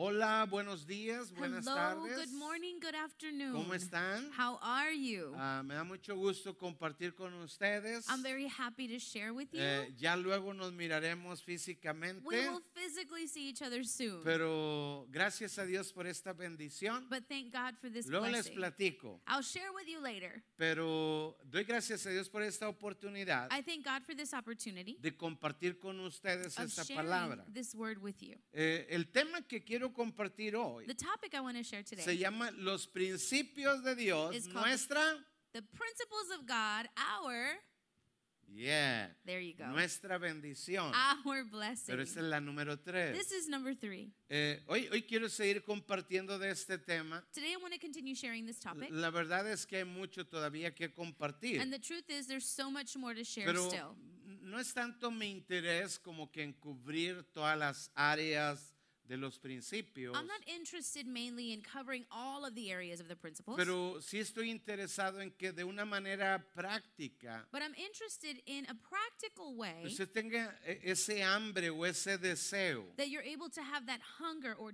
Hola, buenos días, buenas Hello, tardes. good morning, good afternoon. ¿Cómo están? How are you? Ah, me da mucho gusto compartir con ustedes. I'm very happy to share with you. Eh, ya luego nos miraremos we físicamente, will physically see each other soon. pero gracias a Dios por esta bendición. but thank God for this Luego les blessing. platico, I'll share with you later. pero doy gracias a Dios por esta oportunidad I thank God for this opportunity de compartir con ustedes of esta sharing palabra. this word with you. Eh, el tema que quiero compartir hoy The topic I want to share today se llama Los principios de Dios, It's called- nuestra, the principles of God, our, yeah, there you go, nuestra bendición. our blessing. Pero esta es la número tres. This is number three. Eh, hoy, hoy quiero seguir compartiendo de este tema. Today I want to continue sharing this topic. La verdad es que hay mucho todavía que And compartir. the truth is, there's so much more to share Pero still. no es tanto mi interés como que en cubrir todas las áreas de los principios. I'm not interested mainly in covering all of the areas of the principles, Pero sí estoy interesado en que de una manera práctica but I'm interested in a practical way usted tenga eh, ese hambre o ese deseo that you're able to have that hunger or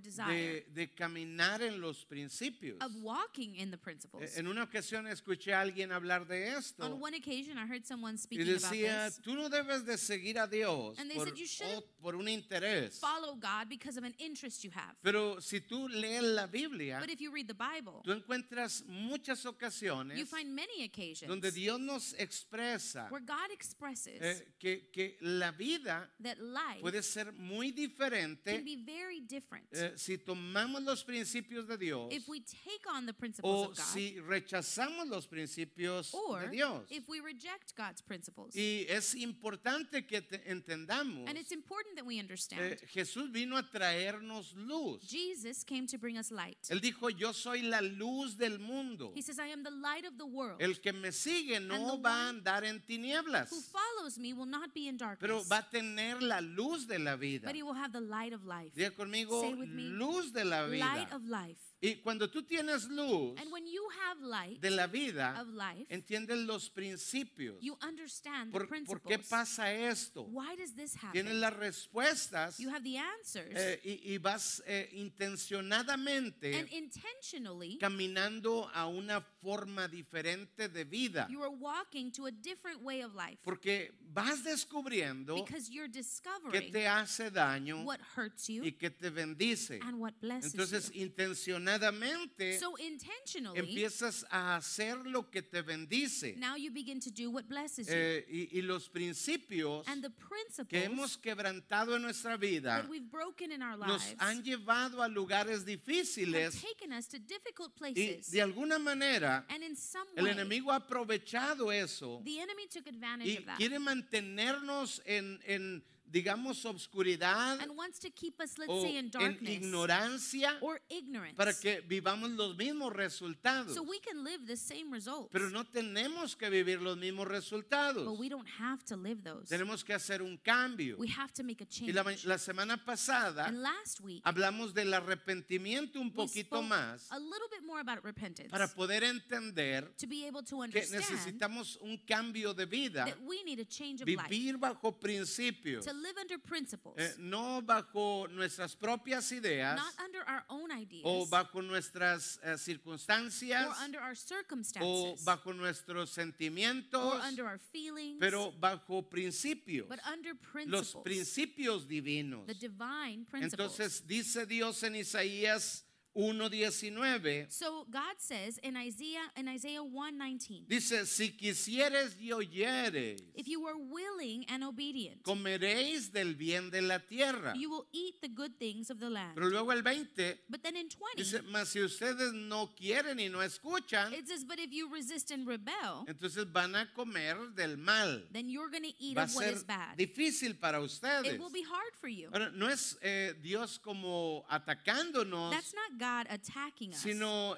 de, desire de caminar en los principios. of walking in the Eh, principles. En una ocasión escuché a alguien hablar de esto. On one occasion, I heard someone Y speaking about decía, this. tú no debes de seguir a Dios And they por, said, "You shouldn't o- por un interés. Follow God because of an interest you have. Pero si tú lees la Biblia, But if you read the Bible, tú encuentras muchas you ocasiones find many occasions donde Dios nos expresa where God expresses eh, que, que la vida that life puede ser muy can diferente be very different eh, si tomamos los principios de Dios if we take on the principles o of God si rechazamos los principios de or Dios. if we reject God's principles. Y es importante que te- entendamos, And it's important that we eh, understand. Jesús vino a traernos luz. Jesus came to bring us light. Él dijo, yo soy la luz del mundo. He says, I am the light of the world. El que me sigue no the va a one andar en tinieblas, Who follows me will not be in pero darkness, va a tener la luz de la vida. but he will have the light of life. Diga conmigo, Say with me, luz de la Light vida. of life. Y cuando tú tienes luz And when you have light de la vida, of life, entiendes los principios. you understand the ¿Por, por qué principles. pasa esto? Why does this Tienes happen? las respuestas You have the answers. eh, y, y vas eh, And intencionadamente intentionally, caminando a una forma diferente de vida. you are walking to a different way of life Porque vas descubriendo because you're qué discovering te hace daño what hurts you y qué te bendice. and what blesses Entonces, you. intencionadamente So intentionally, empiezas a hacer lo que te bendice. now you begin to do what blesses you. Eh, y, y los principios And the que principles hemos quebrantado en nuestra vida that we've broken in our nos lives han llevado a lugares have difíciles taken us to difficult y places. de alguna manera And in some el way, enemigo ha aprovechado eso the enemy took advantage y of that quiere mantenernos en, en, digamos, obscuridad and wants to keep us, let's o say, in en darkness ignorancia or ignorance para que vivamos los mismos resultados. so we can live the same results. Pero no tenemos que vivir los mismos resultados. But we don't have to live those. Tenemos que hacer un cambio. We have to make a Y change. la, ma- la semana pasada and last week, hablamos del arrepentimiento un we poquito spoke más a little bit more about repentance para poder entender to be able to que understand necesitamos un cambio de vida, that we need a change of life vivir bajo principios, to live under principles, eh, no bajo nuestras propias ideas not under our own ideas o bajo nuestras eh, or circunstancias under our o circumstances bajo nuestros or sentimientos, under our feelings, pero bajo principios, but under principles, los principios divinos. the divine principles. Entonces dice Dios en Isaías 1:19, so God says in Isaiah in Isaiah 1:19, dice, si quisieres y oyeres, if you are willing and obedient, comeréis del bien de la tierra. you will eat the good things of the land. Pero luego el 20 But then in 20, dice, mas si ustedes no quieren y no escuchan, it says, but if you resist and rebel, entonces van a comer del mal. then you're going to eat Va a of what ser is bad. difícil para ustedes. It will be hard for you. Ahora, no es eh, Dios como atacándonos, That's not God attacking us, sino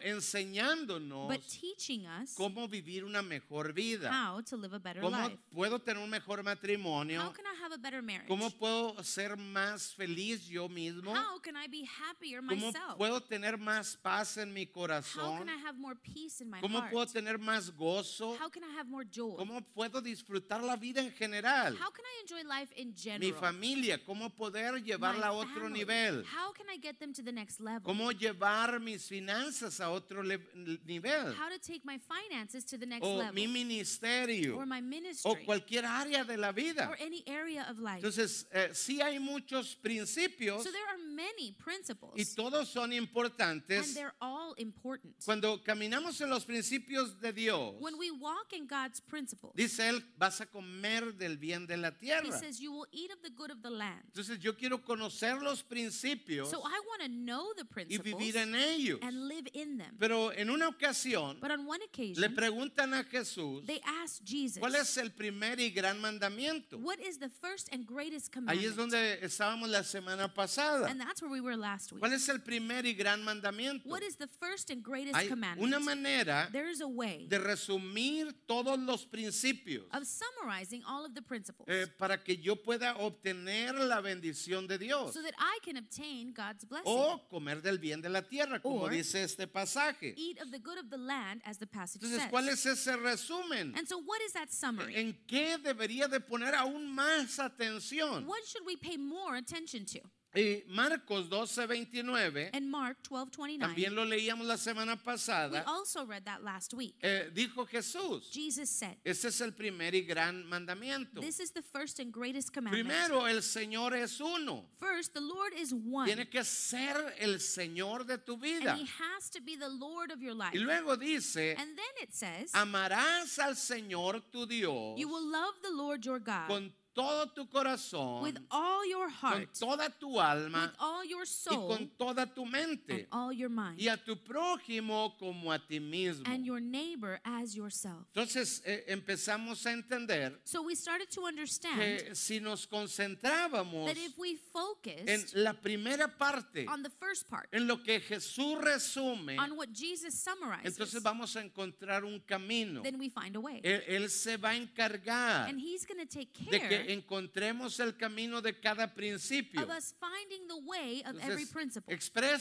but enseñándonos teaching us cómo vivir una mejor vida. how to live a better ¿Cómo life. puedo tener un mejor How matrimonio? can I have a better marriage? ¿Cómo puedo ser más feliz yo mismo? How can I be happier ¿Cómo myself? puedo tener más paz en mi How corazón? can I have more peace in my ¿Cómo heart? puedo tener más gozo? How can I have more joy? ¿Cómo puedo disfrutar la vida en general? How can I enjoy life in general? Mi familia, ¿cómo poder My llevarla a otro family? nivel? How can I get them to the next level? ¿Cómo llevar mis finanzas a otro le- nivel? How to take my finances to the next O level? mi ministerio. or my O ministry? cualquier área de la vida. or any area of life? Entonces, eh, sí hay muchos principios so there are many principles, y todos son importantes. and they're all important. Cuando caminamos en los principios de Dios, when we walk in God's principles, dice Él, vas a comer del bien de la He tierra. says, You will eat of the good of the land. Entonces, yo quiero conocer los principios So I want to know the y principles vivir en ellos. and live in them. Pero en una ocasión but on one le occasion, preguntan a Jesús, they asked Jesus, ¿cuál es el primer y gran mandamiento? What is the first and greatest commandment? Ahí es donde estábamos la semana pasada. and that's where we were last week. ¿Cuál es el primer y gran mandamiento? What is the first and greatest Hay commandment? una manera there is a way de resumir todos los principios of summarizing all of the principles eh, para que yo pueda obtener la bendición de Dios so that I can obtain God's blessing. o comer del bien de la tierra, como Or dice este pasaje. Eat of the good of the land, as the passage Entonces, says. ¿cuál es ese resumen? and so, what is that summary? ¿En qué debería de poner aún más atención? what should we pay more attention to? Eh, Marcos 12, 29, And Mark 12:29. Eh. también lo leíamos la semana we pasada, also read that last week. eh, dijo Jesús, Jesus said, ese es el primer y gran mandamiento. This is the first and greatest commandment. Primero, el Señor es uno. First, the Lord is one. Tiene que ser el Señor de tu vida. And he has to be the Lord of your life. Y luego dice, and then it says, amarás al Señor tu Dios You will love the Lord your God con todo tu with corazón, all your con heart, toda tu with alma all your y soul, con toda tu and mente. all your mind, Y a tu prójimo como a ti mismo. and your neighbor as yourself. Entonces eh, empezamos a entender So we started to understand que si nos concentrábamos that if we en focused la primera parte, on the first part, en lo que Jesús resume, on what Jesus summarizes, Entonces vamos a encontrar un camino. then we find a way. Él, Él se va a encargar and he's going to take de care que encontremos el camino de cada principio. of us finding the way of every Entonces, principle.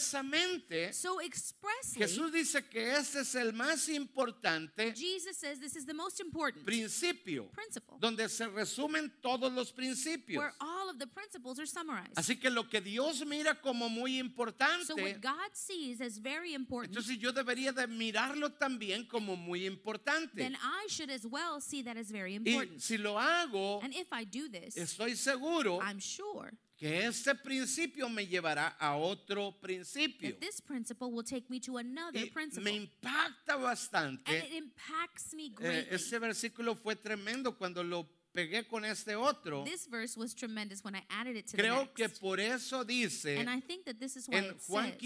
expresamente, So expressly, Jesús dice que este es el más importante Jesus says this is the most important principio, principle donde se resumen todos los principios. where all of the principles are summarized. Así que lo que Dios mira como muy so importante, what God sees as very important, entonces yo debería de mirarlo también como muy importante. then I should as well see that as very Y important. si lo hago, and if I do this, estoy seguro I'm sure que este principio me llevará a otro principio. that this principle will take me to another Y principle. me impacta and it bastante. impacts me Eh, greatly. este versículo fue tremendo cuando lo pegué con este otro. this verse was tremendous when I added it to Creo the que next. por eso dice and I think that this is why en it Juan says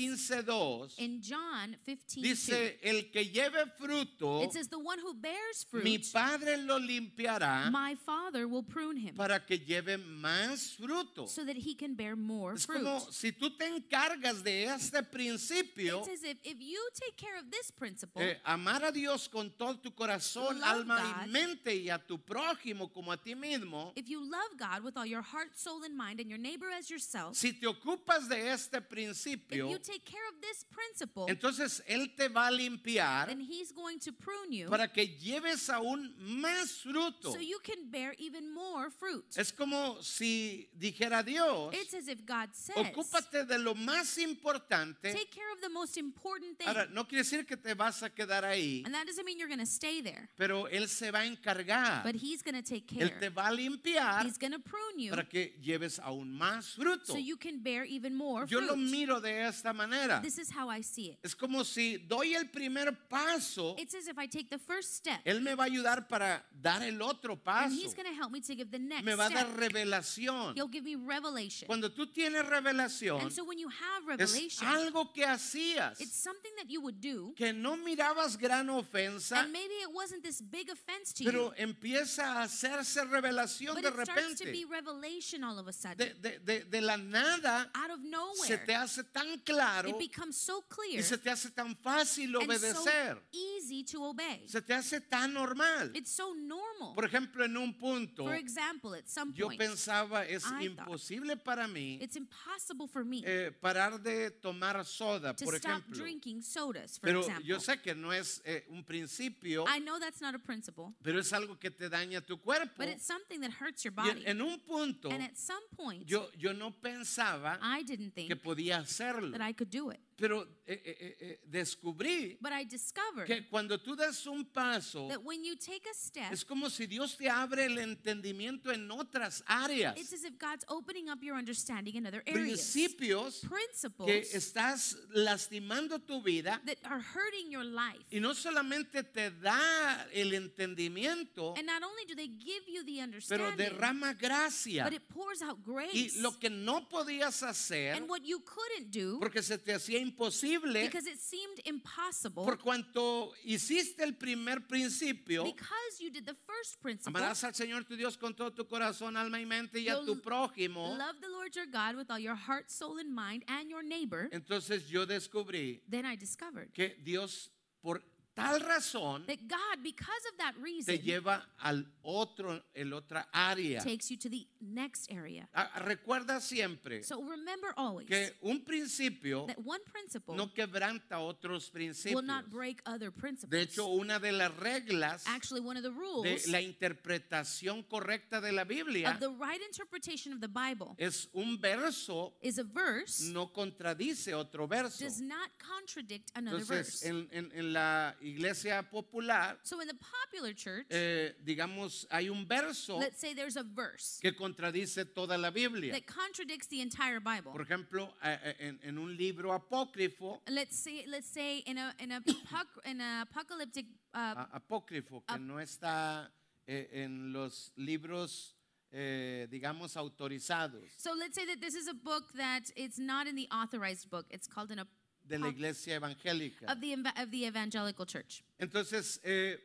15:2 in John 15, dice el que lleve fruto it says the one who bears fruit, mi padre lo limpiará my father will prune him. para que lleve más fruto. so that he can bear more Es fruit. como si tú te encargas de este principio It's as if if you take care of this principle, Eh, amar a Dios con todo tu corazón, Love alma y God. mente y a tu prójimo como a ti mismo. if you love God with all your heart, soul, and mind, and your neighbor as yourself, Si te ocupas de este if principio, you take care of this principle, entonces Él te va a limpiar then he's going to prune you para que lleves aún más fruto. so you can bear even more fruit. Es como si dijera Dios, It's as if God says, ocúpate de lo más importante. take care of the most important thing. Ahora, no quiere decir que te vas a quedar ahí, And that doesn't mean you're going to stay there, pero Él se va a encargar. but he's going to take Él te care. va a limpiar He's going to prune you para que lleves aún más fruto. so you can bear even more Yo lo fruit. miro de esta manera. This is how I see it. Es como si doy el primer paso, It's as if I take the first step. Él me va a ayudar para dar el otro And paso. he's going to help me to give the next Me va a step. dar revelación. He'll give me revelation. Cuando tú tienes revelación, and so when you have es revelation, algo que hacías, it's something that you would do. que no mirabas gran ofensa, And maybe it wasn't this big offense to pero you. empieza a hacer ser revelación But de it starts to be repente. revelation all of a sudden. De, de- de- de la nada Out of se nowhere, te hace tan claro it becomes so clear y se te hace tan fácil and so obedecer. easy to obey. Se te hace tan normal. It's so normal. Por ejemplo, en un punto, For example, at some yo point, pensaba, es I thought, imposible para mí it's impossible for me eh, parar de tomar soda, to por stop ejemplo. drinking sodas, for Pero example. yo sé que no es eh, un principio, I know that's not a principle, pero es algo que te daña tu cuerpo. but it's something that hurts your Y en- body. en un punto, and at some point, yo, yo no pensaba I didn't think que podía hacerlo. that I could do it. Pero eh, eh, eh, eh, descubrí But I discovered que cuando tú das un paso, that when you take a step, es como si Dios te abre el entendimiento en otras it's áreas, as if God's opening up your understanding in other areas. principios Principles que estás lastimando tu vida that are hurting your life. y no solamente te da el entendimiento, And not only do they give you the pero understanding, derrama gracia. but it pours out grace. Y lo que no podías hacer, and what you couldn't do, porque se te hacía imposible, because it seemed impossible, por cuanto hiciste el primer principio, because you did the first principle, amarás al Señor tu Dios con todo tu corazón, alma y mente y a You'll tu prójimo. love the Lord your God with all your heart, soul, and mind, and your neighbor. Entonces yo descubrí then I discovered que Dios por tal razón that God, because of that reason, te lleva al otro, el otra área. takes you to the next area. Ah, Recuerda siempre So remember always que un principio that one principle no quebranta otros will principios. not break other De principles. hecho, una de las reglas Actually, one of the rules de la interpretación correcta de la Biblia of the right interpretation of the Bible es un verso is a verse no contradice otro verso. does not contradict another Entonces, verse. en, en- en la iglesia popular, so in the popular church, eh, digamos, hay un verso let's say there's a verse que contradice toda la Biblia. that contradicts the entire Bible. Por ejemplo, eh, eh, en, en un libro apócrifo, Let's say, let's say in a in a apoc- in a apocalyptic uh, a- apócrifo, que ap- no está eh, en los libros, eh, digamos, autorizados So let's say that this is a book that it's not in the authorized book. It's called an ap- de la iglesia evangélica. of the eva- of the evangelical church. Entonces, eh,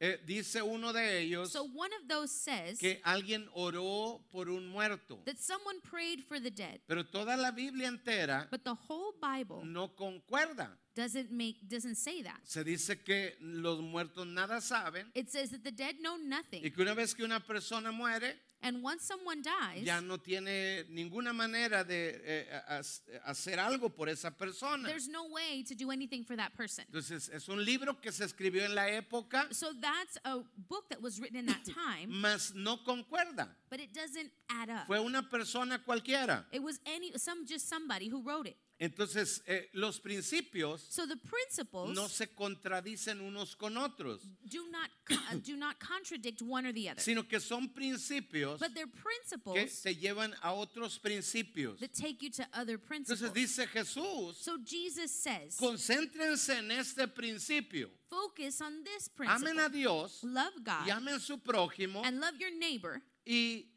eh, dice uno de ellos So one of those says que alguien oró por un muerto, that someone prayed for the dead, pero toda la Biblia entera but the whole Bible no concuerda. doesn't make doesn't say that. Se dice que los muertos nada saben It says that the dead know y nothing, que una vez que una persona muere, and once someone dies, ya no tiene ninguna manera de eh, a- a- hacer algo por esa persona. there's no way to do anything for that person. Entonces, es un libro que se escribió en la época, So that's a book that was written in that time, mas no concuerda. but it doesn't add up. Fue una persona cualquiera. It was any some just somebody who wrote it. Entonces, eh, los principios So the principles no se contradicen unos con otros, do not co- uh, do not contradict one or the other, sino que son principios but they're que principles te llevan a otros principios. that take you to other principles. Entonces dice Jesús, so Jesus says, concéntrense en este principio. focus on this principle: Amen a Dios love God y amen a su prójimo and love your neighbor, y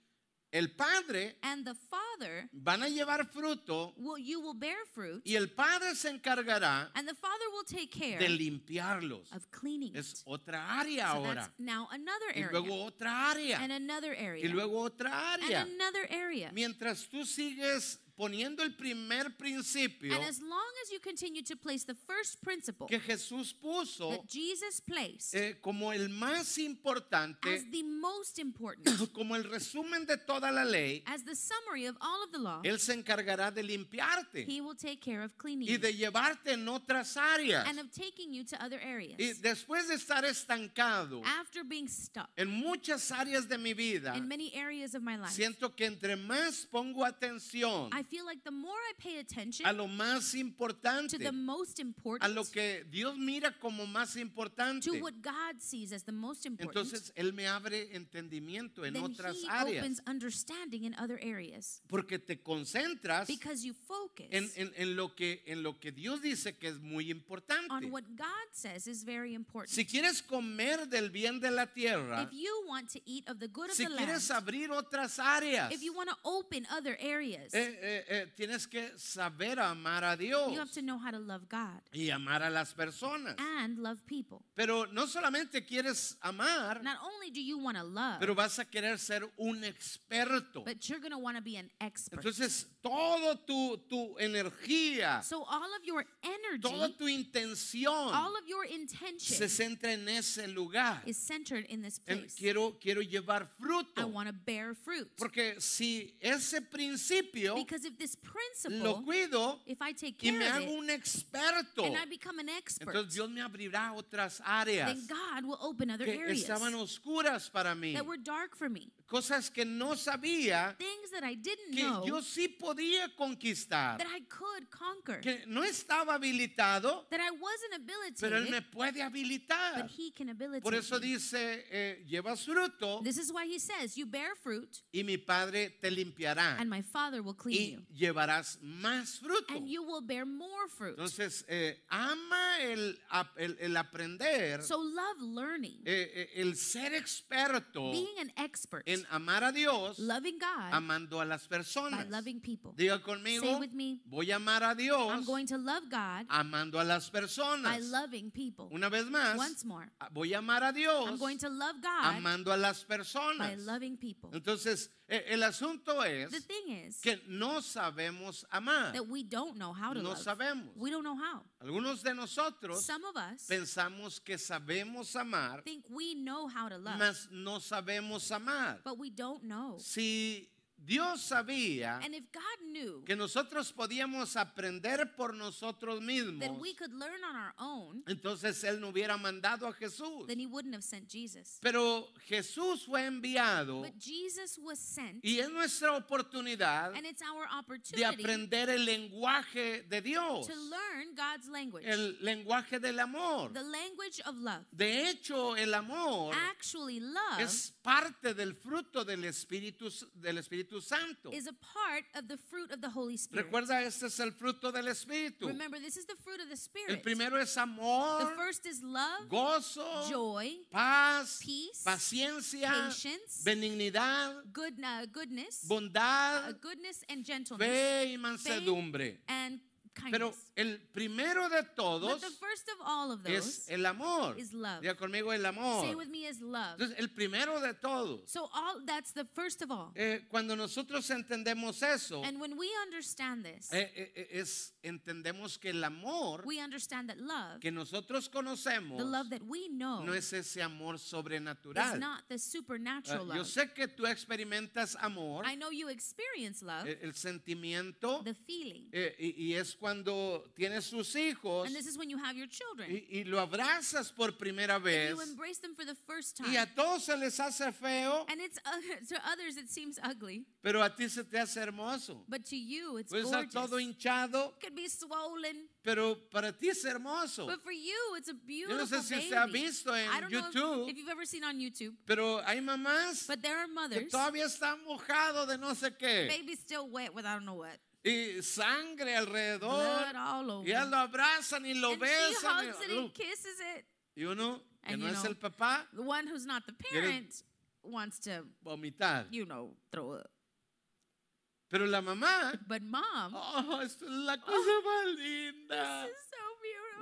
el Padre and the Father van a llevar fruto will you will bear fruit, y el Padre se encargará and the Father will take care de limpiarlos. of cleaning Es it. otra área So that's ahora. now another Y area, luego otra and área. another area, Y luego otra área. and another area. Mientras tú sigues poniendo el primer principio And as long as you continue to place the first principle que Jesús puso that Jesus placed eh, como el más as importante, the most important, como el resumen de toda la ley, as the summary of all of the law, Él se encargará de limpiarte he will take care of cleaning y you de llevarte en otras áreas. and of taking you to other Y areas. después de estar estancado After being stuck en muchas áreas de mi vida, in Ah. many areas of my life, siento que entre más pongo atención I feel like the more I pay attention a lo más to importante, the most a lo important, que Dios mira como más importante, to what God sees as the most important, entonces Él me abre entendimiento en then otras he opens áreas, understanding in other areas porque te concentras because you en, focus en- en lo que, en lo que Dios dice que es muy on importante. what God says is very important. Si quieres comer del bien de la tierra, If you want to eat of the good of si the land, quieres abrir otras áreas, if you want to open other areas, eh, eh, eh, eh, tienes que saber amar a Dios You have to Ah. know how to love God y amar a las personas. and love people. Pero no solamente quieres amar, Not only do you want to love, pero vas a querer ser un experto. but you're going to want to be an expert. Entonces, todo tu, tu energía, so all of your toda energy, tu intención all of your intention se centra en ese lugar. is centered in this En place. quiero, quiero llevar I fruto. want to bear fruit. Porque si ese principio Because if this lo principle, cuido if I take y care me of hago it un experto, and I become an expert, entonces Dios me abrirá otras áreas then God will open other que areas estaban oscuras para mí. that were dark for me, Cosas que no sabía things that I didn't que know yo sí podía conquistar. that I could conquer, Que no estaba habilitado, that I wasn't pero Él me abilitated, puede habilitar. but He can abilitate. Por eso me. dice, eh, llevas fruto This is why He says, "You bear fruit, y mi Padre te limpiará and my Father will clean y you, llevarás más fruto. and you will bear more fruit." Entonces, eh, ama el, ap- el- el aprender, So love learning, eh, eh, el ser experto being an expert, en amar a Dios, loving God amando a las by personas. loving people. Diga conmigo, Say with me, voy a amar a Dios I'm going to love God amando a las by personas. loving people. Una vez más, Once more, a- voy a amar a I'm Dios going to love God amando a las by personas. loving people. Entonces, e- el asunto The es thing is que no sabemos amar. that we don't know how to No love. sabemos. We don't know how. Algunos de nosotros Some of us pensamos que sabemos amar, think we know how to love, mas no sabemos amar. but we don't know. Si Dios sabía And if God knew que nosotros podíamos aprender por nosotros that mismos, we could learn on our own, entonces Él no hubiera mandado a Jesús. then He wouldn't have sent Jesus. Pero Jesús fue enviado But Jesus was sent, y es nuestra oportunidad and it's our de opportunity to aprender el lenguaje de Dios, learn God's language, el lenguaje del amor. the language of love. De hecho, el amor Actually, love es parte del fruto del Espíritu, S- del Espíritu Santo. is a part of the fruit of the Holy Spirit. Recuerda, este es el fruto del Espíritu. Remember, this is the fruit of the El Spirit. primero es the amor, first is love, gozo, joy, paz, peace, paciencia, patience, benignidad, good, uh, goodness, uh, bondad, goodness and gentleness, fe y mansedumbre. and Pero kindness. el primero de but todos the first of all of es those, el amor. is love. Diga conmigo el say amor. with me, is love. Entonces, el primero de todos. So all that's the first of all. Eh, cuando nosotros entendemos eso, And when we understand this, eh, eh, eh, es entendemos que el amor we understand that love, que nosotros the conocemos love that we know, no es ese amor is sobrenatural. not the Ah, supernatural yo love. sé que tú experimentas amor, I know you experience love, eh, el sentimiento, the feeling. eh, y, y es cuando tienes sus hijos And this is when you have your children. y, y lo abrazas por primera and vez You embrace them for the first time. y a todos se les hace feo, And it's uh, to others it seems ugly, pero a ti se te hace hermoso. but to you it's Puede estar gorgeous. todo hinchado, it could be swollen, pero para ti es hermoso. but for you it's a Yo beautiful no sé si baby. usted ha visto en I don't know if, if YouTube, you've ever seen on YouTube, pero hay mamás but there are que mothers. todavía están mojado de no sé qué Baby's still wet with I don't know what. y sangre alrededor Blood all over. y ya lo abrazan y lo and she besan hugs y, it and uh, kisses it. y uno que And no you es know, el papá The one who's not the eres- parent wants to, vomitar, you know, throw up. pero la mamá, But mom, oh, esto es la cosa más linda, this is so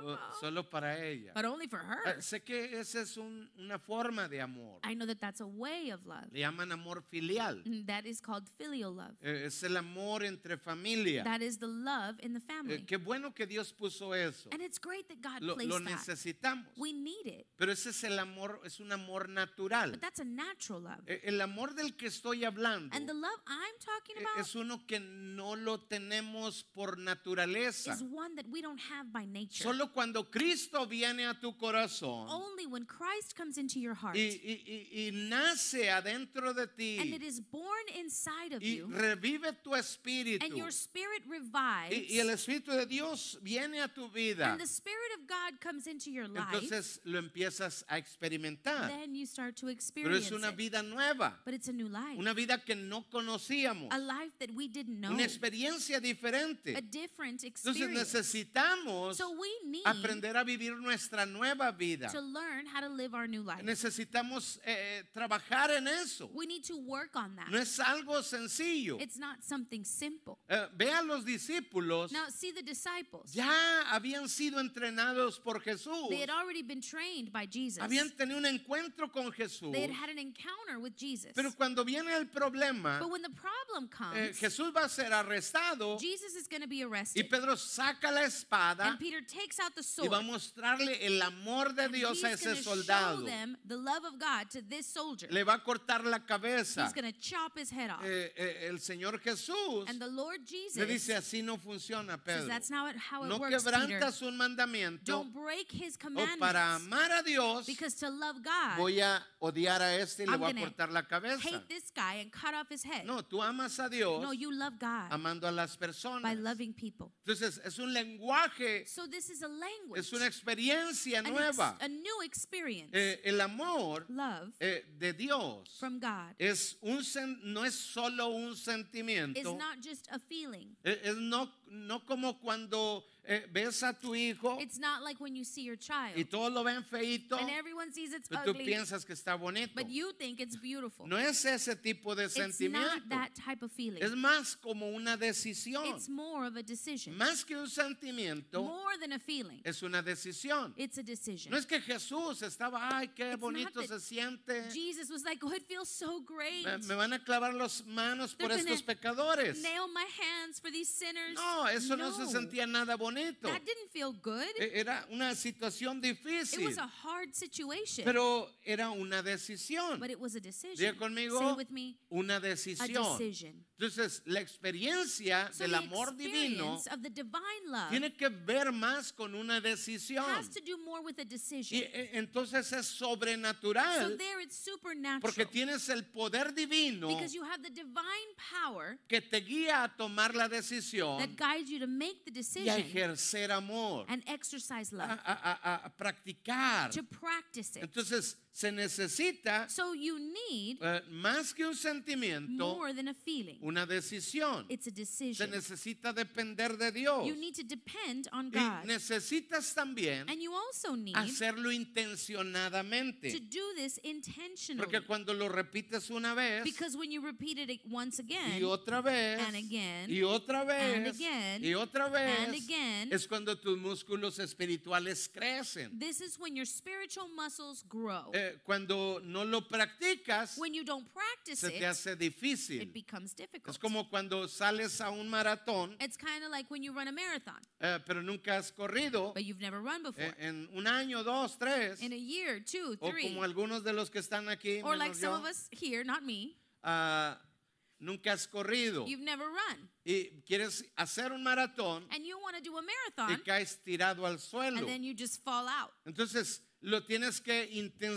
Oh, beautiful. solo para ella. but only for her. Ah, Sé que esa es un- una forma de amor, I know that that's a way of love. le llaman amor filial. And That is called filial love. Eh, Es el amor entre familia. That is the love in the family. Eh, Qué bueno que Dios puso eso. And it's great that God Lo, placed lo that. necesitamos. We need it. Pero ese es el amor, es un amor But natural. that's a natural love. Eh, El amor del que estoy hablando And the love I'm talking eh, about es uno que no lo tenemos por is naturaleza. one that we don't have by nature. Solo cuando Cristo viene a tu corazón Only when Christ comes into your heart y, y- y- y nace adentro de and it ti is born inside of y you revive tu and espíritu your spirit revives y, y el Espíritu de Dios viene a tu vida, and the spirit of God comes into your life, entonces lo empiezas a experimentar. then you start to Pero experience es una it. vida nueva, But it's a new life. una vida que no conocíamos. a life that we didn't know. una experiencia a diferente. different Entonces experience. necesitamos So we need aprender a vivir nuestra nueva vida. to learn how to live our new life. Necesitamos eh, trabajar en eso. We need to work on that. No es algo sencillo. It's not something simple. Eh, ve a los discípulos, Now, see the disciples. ya habían sido entrenados por Jesús. They had already been trained by Jesus. Habían tenido un encuentro con Jesús. They had had an encounter with Jesus. Pero cuando viene el problema, But when the problem eh, comes, Jesús va a ser arrestado Jesus is going to y be arrested. Pedro saca la espada And Peter takes out the y sword. va a mostrarle el amor de and Dios he's a ese gonna soldado. show them the love of God to this soldier. Le va a cortar la cabeza. He's going to chop his head off. Eh, eh, el Señor Jesús and the Lord Jesus le dice así no funciona, says Pedro. that's not how it No works, Peter. quebrantas un mandamiento Don't break his o commandments. para amar a Dios because to love God, voy a odiar a este y le I'm voy a gonna cortar la cabeza. hate this guy and cut off his head. No, tú amas a Dios No, you love God amando a las by personas. loving people. Entonces es un lenguaje, So this is a language, es una experiencia an ex- nueva. a new experience. Eh, el amor love eh, de Dios from God es un sen- no es solo un is sentimiento. not just a feeling. Eh, Es no, no como cuando eh, ves a tu hijo It's not like when you see your child y todos lo ven feito, and everyone sees it's pero tú ugly, piensas que está bonito. but you think it's beautiful. No es ese tipo de it's not sentimiento. that type of feeling. Es más como una decisión. It's more of a decision. Más que un sentimiento, More than a feeling. es una decisión. It's a decision. No es que Jesús estaba, ay, qué not bonito that se siente. Jesus was like, oh, it feels so great. Me, me van a clavar las manos por They're gonna estos pecadores. Nail my hands for these sinners. No, eso no se No. sentía nada bonito. That didn't feel good. E- Era una situación It difícil, was a hard situation. pero era una decisión. but it was a decision. Diga conmigo, Say with me, una a decisión. decision. Entonces, la experiencia So del the amor divino experience of the divine love tiene que ver más con una decisión. has to do more with a Y decision. e, entonces es so sobrenatural there it's supernatural. porque tienes el poder divino because you have the divine power que te guía a tomar la decisión that guides you to make the y a decision ejercer amor, a, and exercise love. Uh-huh. a- a- a practicar. to practice it. Entonces se necesita So you need eh, más que un sentimiento, more than a feeling. una decisión. It's a Se decision. necesita depender de Dios. You need to depend on Y God. necesitas también And you also need hacerlo to intencionadamente. do this intentionally. Porque cuando lo repites una vez Because when you repeat it once again, y otra vez and again, y otra and vez again, y otra and vez again, es cuando tus músculos espirituales crecen. this is when your spiritual muscles grow. Eh, cuando no lo practicas When you don't practice se te it, hace it difícil. becomes difficult. Es como cuando sales a un maratón It's kind of like when you run a marathon, Eh, pero nunca has corrido but you've never run before. eh, en un año, dos, tres, In a year, two, o three, como algunos de los que están aquí, or menos like some yo, of us here, not me, ah, nunca has corrido you've never run. y quieres hacer un maratón and you want to do a y marathon caes tirado al suelo. and then you just fall out. Entonces lo tienes que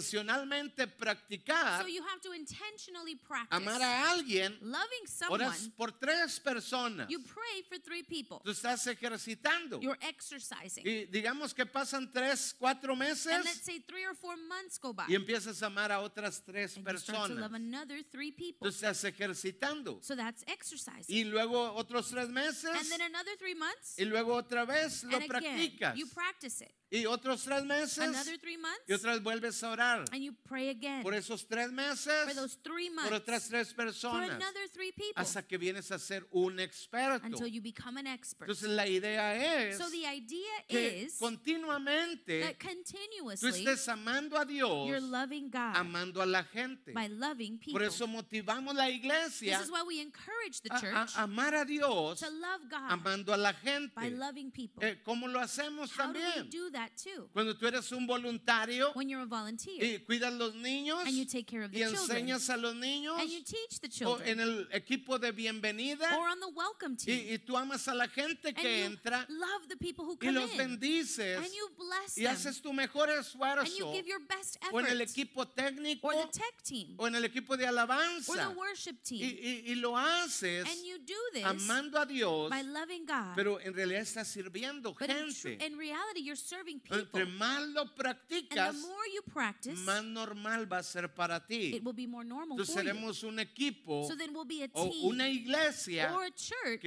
intencionalmente practicar, So you have to intentionally Ah. amar practice a alguien, loving someone. oras por tres personas, You pray for three people. tú estás ejercitando You're exercising. y digamos que pasan tres, cuatro And let's meses say three or four months go by. y empiezas a amar a otras tres And you start to love personas. another three people. Tú estás ejercitando. So that's exercising. Y luego otros tres And meses. then another three months. Y luego otra vez lo And again, practicas. you practice it. Y otros tres Another meses. Y three months. otra vez vuelves a orar. And you pray again Por esos tres for meses. those three Por months. otras tres For personas. another three people. Hasta que vienes a ser un experto. Until you become an expert. Entonces la idea es So the idea que is continuamente that tú continuously estés amando a you're Dios, loving God amando a la gente. by loving people. Por eso motivamos la this iglesia is why we encourage the a- a- church a amar a Dios to love God amando a la by gente. loving people. Eh, ¿Cómo lo hacemos How do we también? do that too? Cuando tú eres un voluntario When you're a volunteer y cuidas los niños and you take care of the y children enseñas a los niños and you teach the o en children el equipo de bienvenida or on the welcome y, team y tú amas a la gente and que you entra love the people who y come los in bendices and you bless y them haces tu mejor and you esfuerzo give your best o en el effort equipo técnico or the tech team o en el equipo de or the alabanza worship y, team y- y lo haces and you do this amando a Dios by loving God pero en realidad estás sirviendo But in, tru- gente in reality, you're serving serving people. Entre más lo And practicas, the more you practice, más normal va a ser para ti. it will be more normal Entonces for you. seremos un equipo So then we'll be a o team una iglesia or a que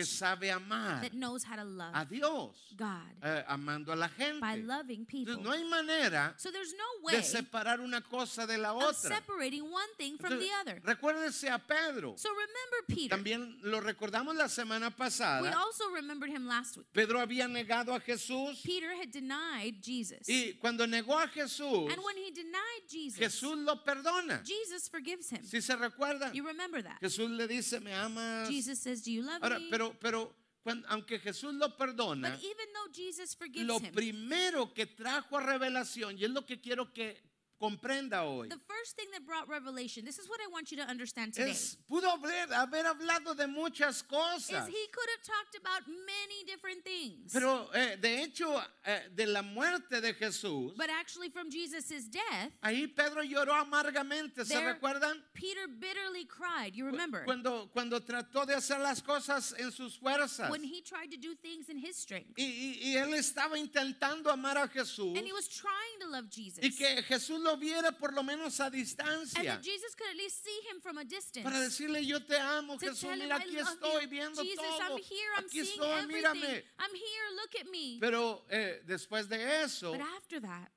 church sabe amar that knows how to love a Dios, God eh, amando a la by gente. loving people. Entonces, no hay manera So there's no de way separar una cosa de la of otra. separating one thing from the Entonces, other. recuérdese a Pedro. So remember Peter. También lo recordamos la semana We pasada. also remembered him last week. Pedro había negado a Jesús Peter had denied Jesus. y cuando negó a Jesús, And when he denied Jesus, Jesús lo perdona. Jesus forgives him. Si se recuerdan, You remember that. Jesús le dice, "Me amas." Jesus says, Do you love Ahora, me? pero pero cuan- aunque Jesús lo But perdona, even though Jesus lo forgives him, primero que trajo a revelación y es lo que quiero que comprenda hoy. the first thing that brought revelation, this is what I want you to understand today, Es, pudo haber, haber hablado de muchas is cosas. he could have talked about many different things. Pero eh, de hecho, eh, de la muerte de Jesús, but actually, from Jesus' death, ahí Pedro lloró amargamente, ¿se There- recuerdan? Peter bitterly cried. You remember? Cuando, cuando trató de hacer las cosas en sus fuerzas. when he tried to do things in his strength. Y, y- y él estaba intentando amar a Jesús And he was trying to love Jesus. y que Jesús lo viera por lo menos a And distancia that Jesus could at least see him from a distance. para decirle yo te amo to Jesús, tell him, mira I aquí love estoy you. viendo Jesus, todo, I'm here, I'm aquí seeing estoy, everything. mírame. I'm here, look at me. Pero eh, después de eso, but after that,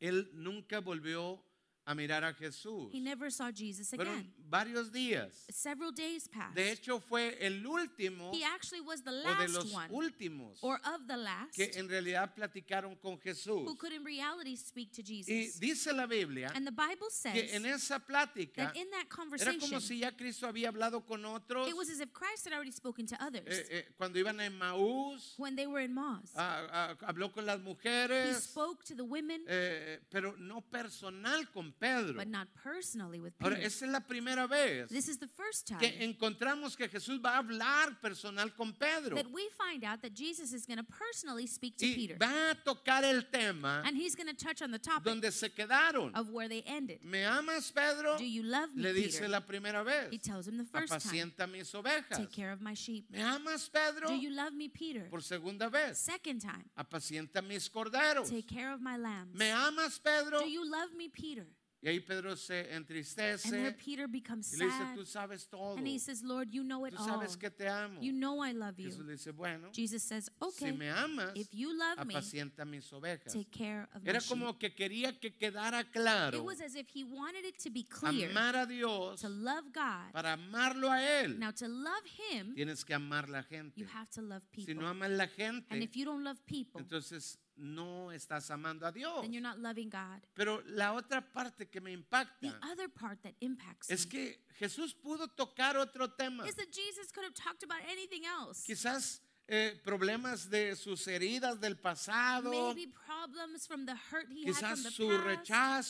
él nunca volvió a mirar a Jesús. he never saw Jesus again. Fueron varios días. Several days passed. De hecho, fue el último he actually was the o de last los one, últimos or of the last, que en realidad platicaron con Jesús. who could in reality speak to Jesus. Y dice la Biblia and the Bible says que en esa plática that in that Era conversation, como si ya Cristo había hablado con otros it was as if Christ had already spoken to others. eh, eh, cuando iban a Emmaús, when they were in Maz, ah, ah, habló con las he mujeres, spoke to the women, eh, pero no personal con Pedro. but not personally with Peter. Ahora, esa es la primera vez this is the first time que encontramos que Jesús va a hablar personal con Pedro that we find out that Jesus is going to personally speak to y Peter. va a tocar el tema And he's going to touch on the topic donde se quedaron. of where they ended. ¿Me amas, Pedro? Do you love me, Le dice Peter? la primera vez. He tells him the first time, Apacienta mis ovejas. take care of my sheep. ¿Me amas, Pedro? Do you love me, Peter? Por segunda vez. Second time, apacienta mis corderos. take care of my lambs. ¿Me amas, Pedro? Do you love me, Peter? Y ahí Pedro se And there entristece Peter becomes y le dice, sad. tú sabes todo. And he Tú says, Lord, you know it all. sabes que te amo. You know I love Jesús you. le dice, bueno, Jesus says, si okay, me amas, if you love me, apacienta mis ovejas. take care of my Era sheep. como que quería que quedara claro It was as if he wanted it to be clear amar a Dios to love God. para amarlo a Él. Now, to love him, Tienes que amar la gente. you have to love Si people. no amas la And gente, if you don't love people, entonces no estás amando a Dios. then you're not loving God. Pero la otra parte que me The impacta other part that impacts Es me que Jesús pudo tocar otro tema. is that Jesus could have talked about anything else. Quizás eh, problemas de sus heridas del pasado, Maybe problems from the hurt he had quizás from the su past,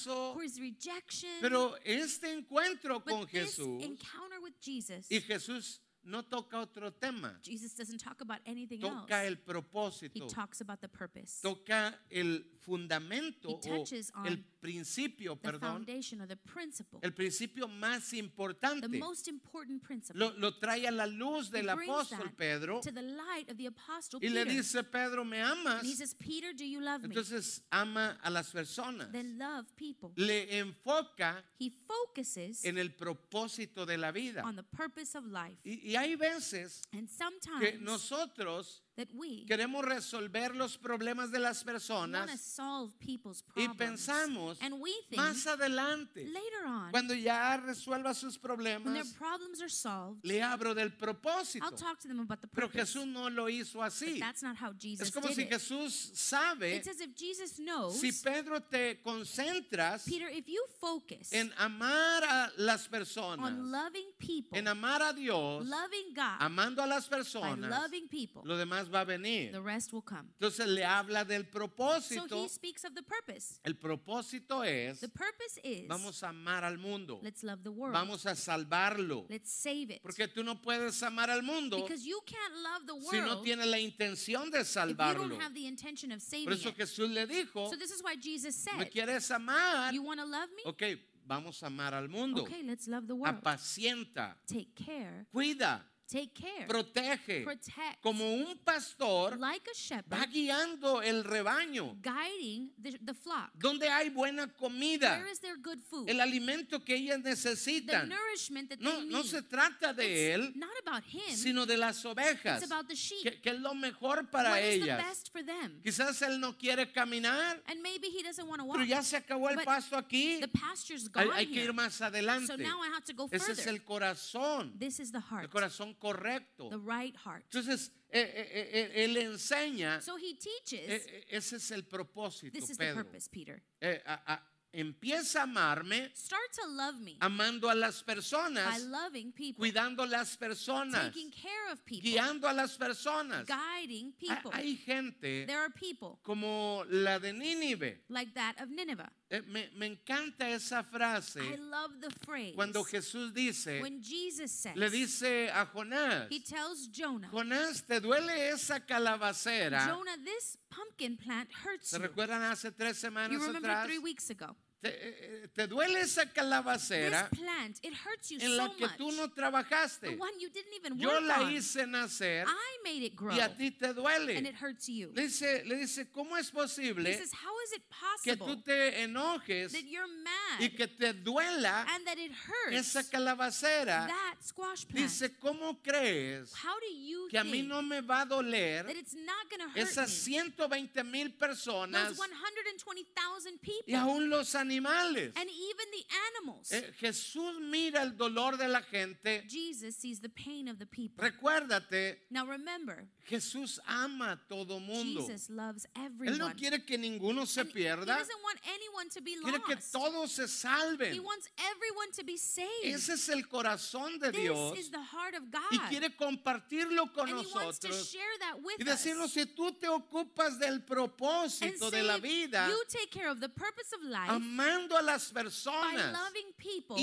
rechazo. or his rejection. Pero este encuentro but con this Jesús encounter with Jesus, y Jesús no toca otro tema, Jesus doesn't talk about anything toca else. el propósito, He talks about the purpose, toca el fundamento He o touches on el principio, the perdón, foundation or the principle, el principio más the importante. most important principle. Lo, lo trae a la luz He del brings apóstol that Pedro to the light of the apostle y le Peter. dice, Pedro, ¿me and he amas? says, Peter, do you love me? Entonces ama a las personas. Then love people. Le enfoca He focuses en el propósito de la vida. on the purpose of life. Y, y hay veces And que sometimes nosotros that we queremos resolver los problemas de las want to personas solve people's y problems. pensamos and we think más adelante, later on, cuando ya resuelva sus when their problemas, problems are solved, le abro del I'll propósito. talk to them about the Pero purpose. Jesús no lo hizo but así. that's not how Jesus Es como did si it. Jesús sabe, It's as if Jesus knows, si Pedro te concentras Peter, if you focus en amar a las personas, on loving people, en amar a Dios, loving God, amando a las by personas, loving people, lo demás va a venir. the rest will come. Entonces le habla del So propósito. he speaks of the purpose. El propósito es, The purpose is vamos a amar al mundo, let's love the world. vamos a salvarlo. let's save it. Porque tú no puedes amar al mundo because you can't love the si no world tienes la intención de if you salvarlo. don't have the intention Por of saving eso it. Jesús le dijo, So this is why Jesus ¿me said, quieres amar? you want to love me? Ok, vamos a amar al mundo. Okay, let's love the world. Apacienta, Take care, cuida, Take care. protege. Protect. Como un pastor like a shepherd, va guiando el rebaño, guiding the, the flock. donde hay buena comida, Where is their good food? el alimento que ellas the necesitan. nourishment that No, they no need. se trata de It's él, not about him. sino de las ovejas, it's about the sheep. que, que es lo mejor What is para the ellas. best for them? Quizás él no quiere caminar, And maybe he doesn't want to walk. pero ya se acabó el But pasto aquí. the pasture's Hay, gone hay que here. ir más So adelante. now I have to go Ese further. es el corazón, this is the heart, el corazón correcto. the right heart. Entonces, eh, eh, eh, eh, él enseña, So he teaches. eh, eh, ese es el propósito, this is the Pedro. purpose, Peter. Eh, a- a- empieza a amarme Start to love me amando a las by personas, loving people, cuidando a las personas, taking care of people, guiando a las personas. guiding Ha- people. Hay gente there are people como la de Nínive. like that of Nineveh. Eh, me, me encanta esa I frase love the phrase cuando Jesús dice, when Jesus says, le dice a Jonás, He tells Jonah, Jonás, ¿te duele esa calabacera? Jonah, this pumpkin plant hurts ¿Se you. recuerdan hace tres You semanas remember atrás? three weeks ago. Te, eh, eh, te duele esa This calabacera plant, it hurts you en so la que much. tú no trabajaste. the one you didn't even Yo work la on. hice nacer I made it grow, y a ti te Ah, and duele. it hurts you. Le dice, le dice ¿cómo es He posible says, How is it que possible tú te enojes that you're y mad que te duela and that it hurts esa calabacera? that squash plant? Dice, ¿cómo crees How do you que a think mí no me va a that doler it's not going to hurt esas me? 120 mil personas Those 120,000 people y aún los animales? and even the animals. Eh, Jesús mira el dolor de la gente. Jesus sees the pain of the people. Recuérdate, Now remember, Jesús ama a todo mundo. Jesus loves Él everyone. no quiere que ninguno se And he pierda. doesn't want anyone to be Quiere que lost. todos se He salven. wants everyone to be saved. Ese es el corazón de Dios. This is the heart of Y God. quiere compartirlo con And he wants to nosotros. share that Y with us. decirnos, si tú te ocupas del And propósito de la say, vida, you take care of the purpose of life amando a las by personas, loving people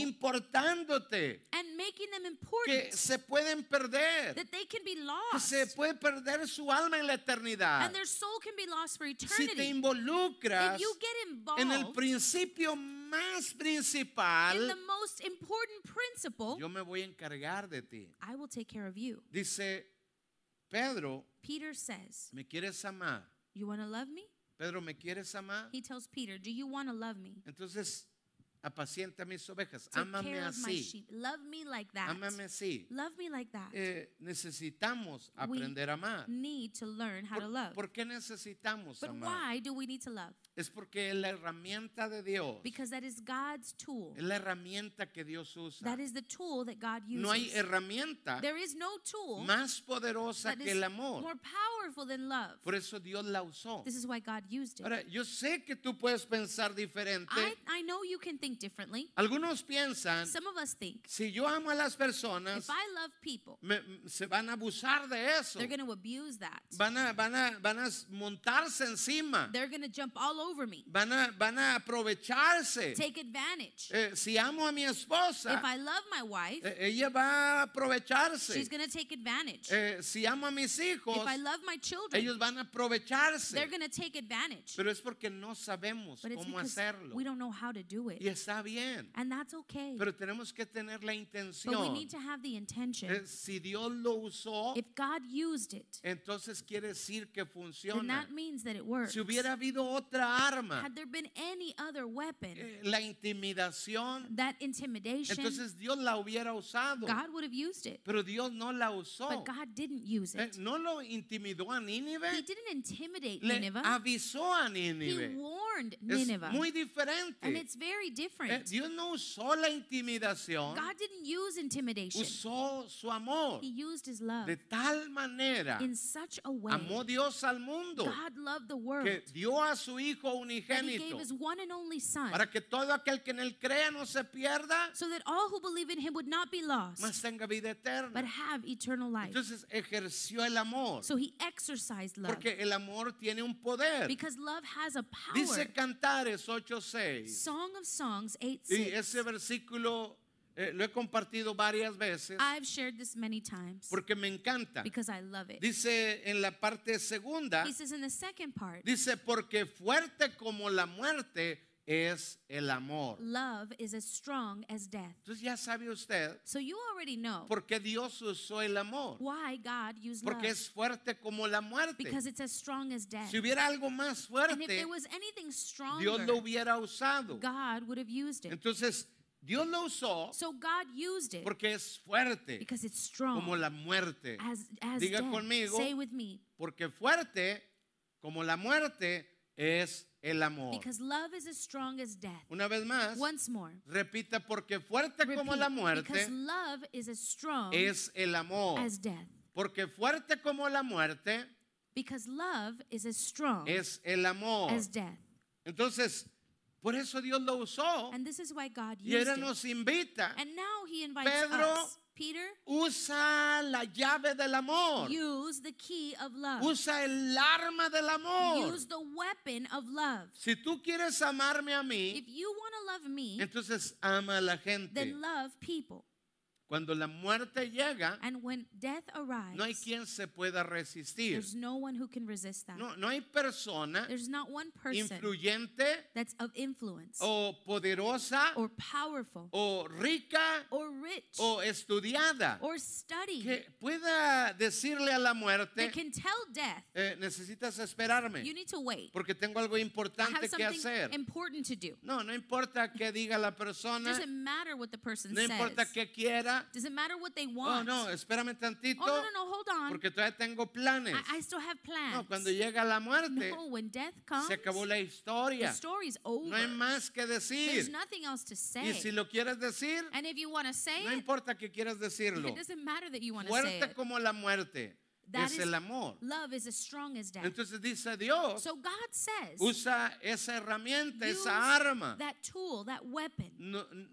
importando,te and making them que important, se pueden perder, that they can be que lost se puede perder su alma en la eternidad. and their soul can be lost for Si te eternity. If involucras you get involved en el principio más principal, in the most important principle, yo me voy a encargar de ti. I will take care of you. Dice, Pedro, Peter says, ¿me quieres amar? You want to love me? Pedro, ¿me quieres amar? He tells Peter, Do you want to love me? Entonces, apacienta mis ovejas. Take Ámame care of my así. sheep. Love me like that. Ámame así. Love me like that. Eh, necesitamos aprender a amar. Need to learn how to ¿Por, love. por qué necesitamos But amar? why do we need to love? Es porque es la herramienta de Dios. Because that is God's tool. Es la herramienta que Dios usa. That is the tool that God uses. No hay herramienta there is no tool más poderosa that que is el more amor. powerful than love. Por eso Dios la usó. This is why God used it. Ahora, yo sé que tú puedes pensar diferente. I, I know you can think differently. Algunos piensan, Some of us think si yo amo a las personas, if I love people, me- m- se van a abusar de eso. they're going to abuse that. Van a, van a, van a s- montarse encima. They're going to jump all over me, Van a, van a aprovecharse. take advantage. Eh, si amo a mi If esposa, I love my wife, eh, ella va a aprovecharse. she's going to take advantage. If Eh, si amo a mis hijos, I love my children, ellos van a aprovecharse. they're going to take advantage. Pero es porque no sabemos But it's cómo because hacerlo. we don't know how to do Y it. está bien. And that's okay. Pero tenemos que tener la But we intención. need to have the intention. Eh, si Dios lo usó, If God used it, entonces quiere decir que then funciona. that means that it works. Si hubiera habido otra arma, Had there been any other weapon, eh, la intimidación, that intimidation, entonces Dios la hubiera usado. God would have used it. Pero Dios no la usó. But God didn't use Eh, it. No lo intimidó a He Nínive. didn't intimidate Le Nineveh. avisó a He Nínive. warned Es Nineveh. muy And diferente. it's very Eh, different. Dios no usó la intimidación, God didn't use intimidation. usó su amor. He used his love De tal manera in such a way. amó Dios al mundo God loved the world que dio a su Hijo that he gave unigénito his one and only son para que todo aquel que en él crea no se pierda, so that all who believe in him would not be mas lost tenga vida but eterna. have eternal life. Entonces ejerció el amor, So he exercised love porque el amor tiene un poder. because love has a power. Dice Cantares 8:6, Song of Songs 8 y ese 6. versículo eh, lo he compartido varias veces I've shared this many times porque me encanta. because I love it. Dice en la parte segunda, He says in the second part, Dice, porque fuerte como la muerte es el amor. Love is as strong as death. Entonces ya sabe usted So you already know por qué Dios usó el amor. why God used love. Porque es fuerte como la muerte. because it's as strong as death. Si hubiera algo más and if fuerte, there was anything stronger, Dios lo hubiera usado. God would have used it. Entonces, Dios lo usó so God used it porque es fuerte because it's strong como la muerte. as, as Diga death. conmigo, Say with me, Porque fuerte como la muerte es el amor. because love is as strong as death. Una vez más, Once more. repita, porque fuerte como Repeat, la because muerte love is as strong es el amor. as death. Porque fuerte como la muerte Because love is as strong es el amor. Oh. as death. Entonces, por eso Dios lo usó And this is why God y used ahora it. nos invita. And now he invites Pedro, us, Peter, Usa la llave del amor. use the key of love. Usa el arma del amor. Use the weapon of love. Si tú quieres amarme a If mí, you want to love me, entonces ama a la gente. then love people. Cuando la muerte llega, And when death arrives, no hay quien se pueda resistir. there's no one who can resist that. No, no hay persona There's not one person influyente that's of influence o poderosa or powerful o rica or rich o estudiada or studied Oh. que pueda decirle a la that muerte, can tell death, eh, necesitas you esperarme need to wait. porque tengo algo I importante have que something hacer. important to do. No, no importa qué diga la persona, Doesn't matter what the person no importa says. qué quiera. Doesn't matter what they Oh, want. no, espérame tantito Oh, no, no, no, hold on. porque todavía tengo planes. I, I still have plans. No, cuando llega la muerte, no, when death comes, se acabó la the historia. story's over. No hay más que There's decir. nothing else to say. Y si lo quieres decir, and if you want to say no it, importa que quieras decirlo. it doesn't matter that you want to say Fuerte it. como la muerte es That is- el amor. Love is as strong as death. Entonces dice Dios, so God says, usa esa herramienta, use esa arma. that tool, that weapon. No, n-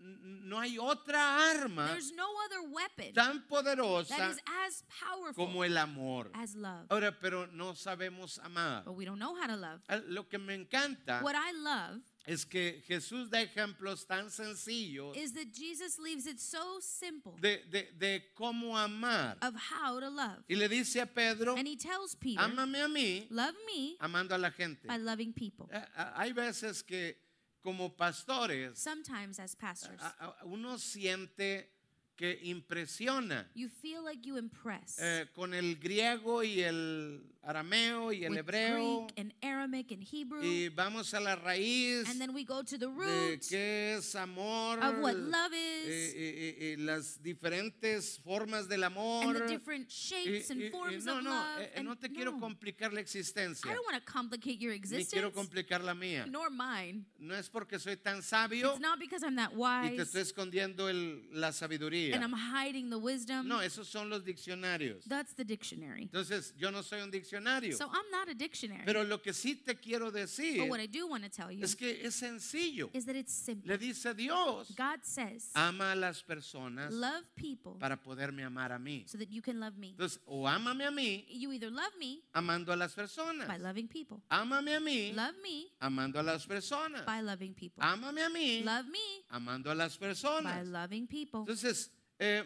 no hay otra arma There's no other weapon tan that poderosa is as powerful como el amor. as love. Ahora, pero no sabemos amar. But we don't know how to love. Ah, Lo que me encanta Oh. What I love es que Jesús da ejemplos tan sencillos is that Jesus leaves it so simple de, de- de cómo amar. of how to love. Y le dice a Pedro, And he tells Peter, ámame a mí love me amando a la gente. by loving people. Eh, a- Hay veces que como pastores, Sometimes as pastors, a- a- uno siente que impresiona you feel like you impress eh, con el griego y el arameo y el with hebreo Greek and Aramaic and Hebrew. y vamos a la raíz and then we go to the de root qué es amor of what love eh, is eh, eh, eh, las diferentes formas del and the amor. different shapes Y- y- and y forms no, of no, love. eh, eh, and no te quiero no. complicar la existencia, I don't want to complicate your ni quiero existence complicar la mía. nor mine. No es porque soy tan sabio It's not because I'm that y te wise estoy escondiendo el- la sabiduría. and I'm hiding the wisdom. No, esos son los diccionarios. That's the dictionary. Entonces, yo no soy un diccionario. So I'm not a dictionary. Pero lo que sí te quiero decir But what I do want to tell you es que es sencillo. is that it's simple. Le dice Dios, God says, ama a las personas love people para poderme amar a mí. so that you can love me. Entonces, o ámame a mí You either love me amando a las by personas. loving people, Ámame a mí love me amando a las personas. by loving people, Ámame a mí love me amando a las by personas. loving people. Entonces, eh,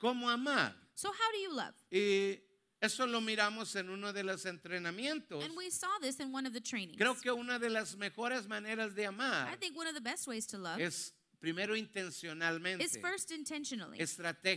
¿cómo amar? So, how do you love? Y eso lo miramos en uno de los entrenamientos. And we saw this in one of the trainings. Creo que una de las mejores maneras de I amar think one of the best ways to love es primero is intencionalmente, first intentionally,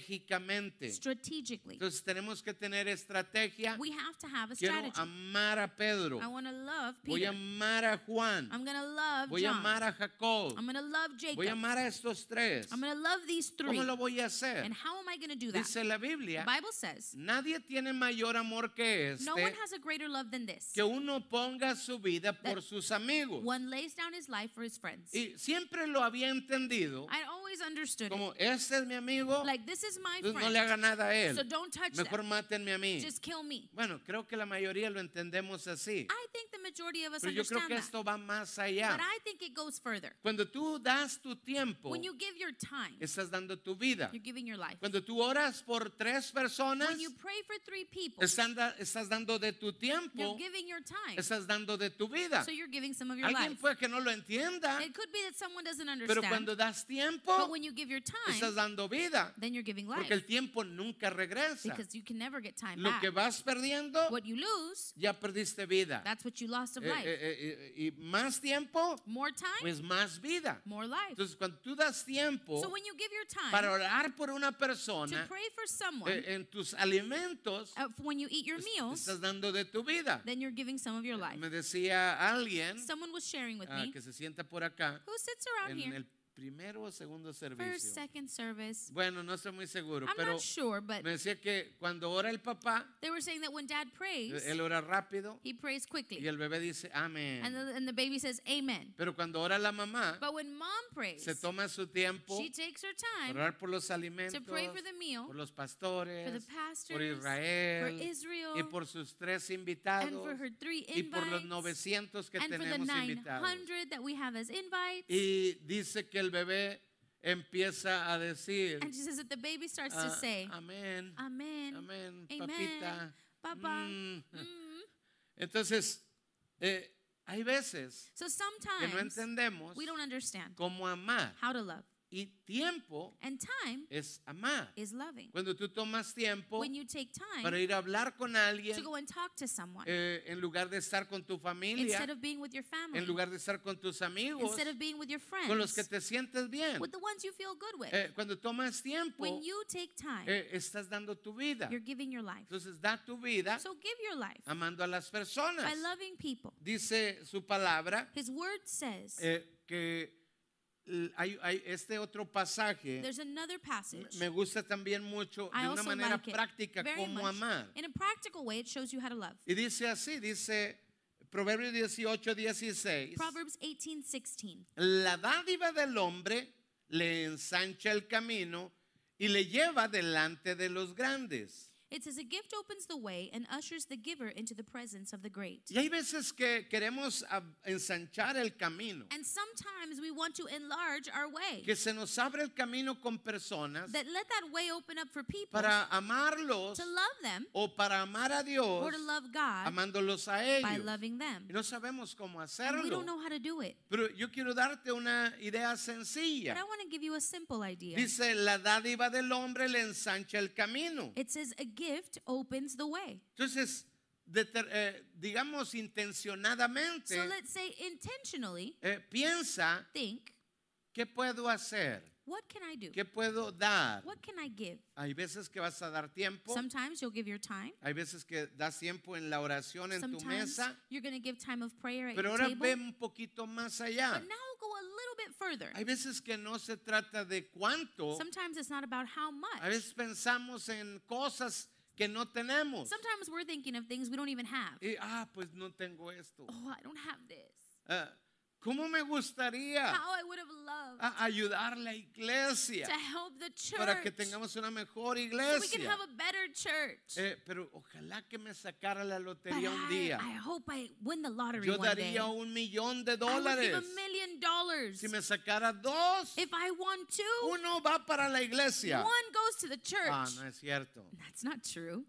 estratégicamente. strategically. Entonces tenemos que tener estrategia. We have to have a Quiero strategy. amar a Pedro. I want to love Voy a Peter. amar a Juan. I'm going to love Voy a amar John. a Jacob. I'm going to love Voy a Jacob. amar a estos tres. I'm going to love these three. ¿Cómo lo voy a And hacer? how am I going to do that? Dice la The Biblia, Bible says, nadie tiene mayor amor que no one este, has a greater love than this. que uno ponga su vida por That sus amigos. One lays down his life for his friends. Y siempre lo había entendido I always understood it. como este es mi amigo, Like, this is my entonces no le friend, haga nada a so él. don't touch Mejor them. mátenme a mí. Just kill me. Bueno, creo que la mayoría lo entendemos así, I think the majority of us pero yo creo understand que that. esto va más allá. But I think it goes further. Cuando tú das tu tiempo, When you give your time, estás dando tu vida. you're giving your life. Cuando tú oras por tres personas, When you pray for three people, están da- estás dando de tu you're tiempo, giving your time. estás dando de tu vida. So you're giving some of your Alguien life. puede que no lo entienda, It could be that someone doesn't pero understand. cuando das tiempo, But tiempo, when you give your estás time, dando vida. then you're giving life Porque el tiempo nunca regresa. because you can never get time Lo back. que vas perdiendo, What you lose, ya perdiste vida. that's what you lost of Eh, life. eh, eh, eh, y más tiempo, More time, pues más vida. more life. Entonces, cuando tú das tiempo So when you give your para time orar por una to persona, pray for someone, eh, en tus alimentos, uh, when you eat your meals, estás dando de tu vida. then you're giving some of your life. Me decía alguien Someone was sharing with Mm. ah, me que se sienta por acá who sits around en here el primero o segundo first, servicio. second service. Bueno, no estoy muy seguro, I'm pero not sure, but me decía que cuando ora el papá, eh, they were saying that when dad prays, él ora rápido he prays y quickly. el bebé dice And amén. the, and the baby says, Amen. Pero cuando ora la mamá, But when mom prays, se toma su tiempo she takes her para time orar por los alimentos, for the meal, por los for the pastores, por pastors, for Israel y Israel, por sus tres and for invitados her three y por los invites, 900 que and for the tenemos invitados. 900 that we have as invites. Y dice que el bebé empieza a decir, And she says that the baby starts "Ah, to say, amén, Amen, amén, Amen, papita. Papa. mm". mm. Entonces, eh, hay veces So que no sometimes entendemos we don't understand cómo amar. how to love. Y tiempo And time es amar. is loving. Cuando tú tomas tiempo When you take para time ir a hablar con to alguien, go and talk to someone eh, en lugar de estar con tu familia, instead of being with your en family, lugar de estar con tus amigos, instead of being with your friends, con los que te sientes bien. with the ones you feel good with. Eh, cuando tomas tiempo, When you take time, eh, estás dando tu vida. you're giving your life. Entonces da tu vida So give your life amando a las personas. by loving people. Dice su palabra His word says, eh, que l- hay, hay este otro pasaje there's another m- passage. me gusta también mucho I de una also manera like it práctica very cómo much. amar. In a practical way, it shows you how to love. Y dice así, dice Proverbios 18, 16. Proverbs 18, 16. La dádiva del hombre le ensancha el camino y le lleva delante de los grandes. It says, a gift opens the way and ushers the giver into the presence of the great. Y hay veces que queremos ab- ensanchar el camino, And sometimes we want to enlarge our way. que se nos abre el camino con personas That let that way open up for people para amarlos to love them o para amar a or Dios to love God amándolos a by ellos. loving them. Y no sabemos cómo And we hacerlo. don't know how to do it. Pero yo quiero darte una idea But I sencilla. want to give you a simple idea. Dice, la dádiva del hombre le ensancha el camino. It says a gift opens the way. Entonces, deter- eh, digamos intencionadamente, So let's say intentionally eh, piensa, think, ¿qué puedo hacer? what can I do? ¿Qué puedo dar? What can I give? Hay veces que vas a dar tiempo, Sometimes you'll give your time. hay veces que das tiempo en la oración en tu Sometimes mesa, you're going to give time of prayer at pero your ahora table. ve un poquito más allá. But now go a little bit further. Hay veces que no se trata de cuánto, Sometimes it's not about how a much. veces pensamos en cosas que no tenemos. Sometimes we're thinking of things we don't even have. Y, ah, pues no tengo esto. Oh, I don't have this. Ah, ¿Cómo me gustaría How I would have loved a- ayudar a la iglesia? to help the church. Ah, para que tengamos una mejor so we can iglesia. have a better church. Eh, pero ojalá que me sacara la but lotería un I, día. I hope I win the lottery Yo one day. daría un millón de I would give dólares. a million dollars. Si me sacara dos, if I want two, uno va para la iglesia. one goes to the church. Ah, no es cierto. That's not true.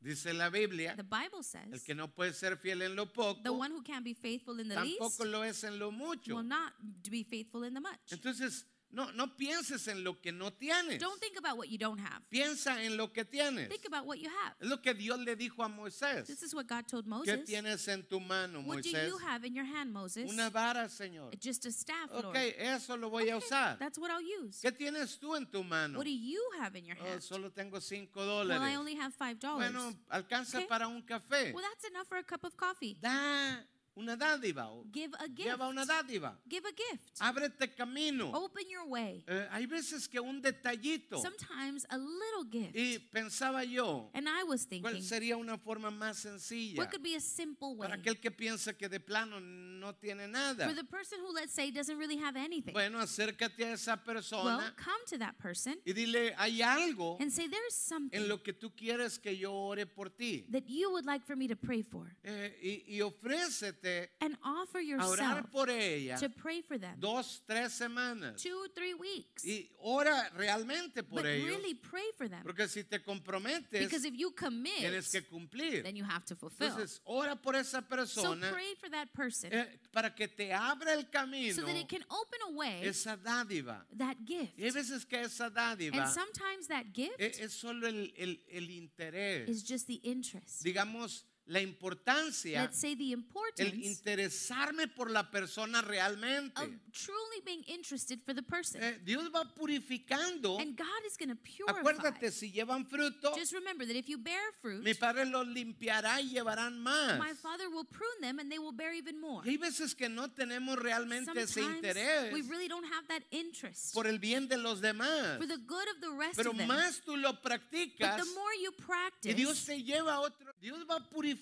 Dice la Biblia, The Bible el says que no puede ser fiel en lo the poco, one who can be faithful in the least tampoco lo es en lo mucho. will not be faithful in the much. Entonces, no, no pienses en lo que no tienes. Don't think about what you don't have. Piensa en lo que tienes. Think about what you have. Es lo que Dios le dijo a This Moisés. is what God told ¿Qué Moses. tienes en tu mano, What do Moisés? you have in your hand, Moses? Una vara, Señor. Just a staff, Ok, Lord. eso lo voy a Okay, usar. That's what I'll use. ¿Qué tienes tú en tu mano? What do you have in your Oh, hand? solo tengo 5 Well, I dólares. only have five dollars. Bueno, alcanza Okay. para un café. Well, that's enough for a cup of coffee. Da una dádiva. o Give a gift. Lleva una dádiva. Give a gift. Ábrete camino. Open your way. Eh, hay veces que un detallito. Oh. Sometimes a little gift. Y pensaba yo, And I was ¿cuál thinking, sería una forma más sencilla what could be a simple way para aquel que piensa que de plano no tiene nada? for the person who, let's say, doesn't really have anything? Bueno, acércate a esa Well, persona come to that person y dile, hay algo and say, there's something en lo que tú quieres que yo ore por ti. that you would like for me to pray for. Eh, y, y ofrécete usted and offer a yourself orar por ella to pray for them dos, tres semanas. two, three weeks. Y ora realmente But por ellos. really pray for them. Porque si te Because comprometes, if you commit, tienes que cumplir. then you have to fulfill. Entonces, ora por esa So persona pray for that person eh, para que te abra el so camino that it can open a way esa dádiva. that Y hay gift. veces que esa And dádiva sometimes that e- gift es, solo el, el- el is interés, just the interest. digamos, la importancia, Let's say the el importance interesarme por la persona of realmente. truly being interested for the person. Eh, Dios va purificando. And God is going to purify. Acuérdate, si llevan fruto, Just remember that if you bear mi fruit, padre los limpiará y llevarán más. my Father will prune them and they will bear even more. Y hay veces que no tenemos realmente Sometimes ese interés we really don't have that interest por el bien de los demás. for the good of the rest Pero of them. más tú lo But practicas the more you y Dios practice, te lleva a otro. Dios va purificando.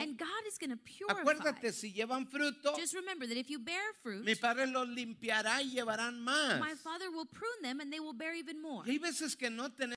and God is going to purify. Acuérdate, si llevan fruto, Just remember that if you bear fruit, mi padre los limpiará y llevarán más. my Father will prune them and they will bear even more. Y hay veces que no tenemos.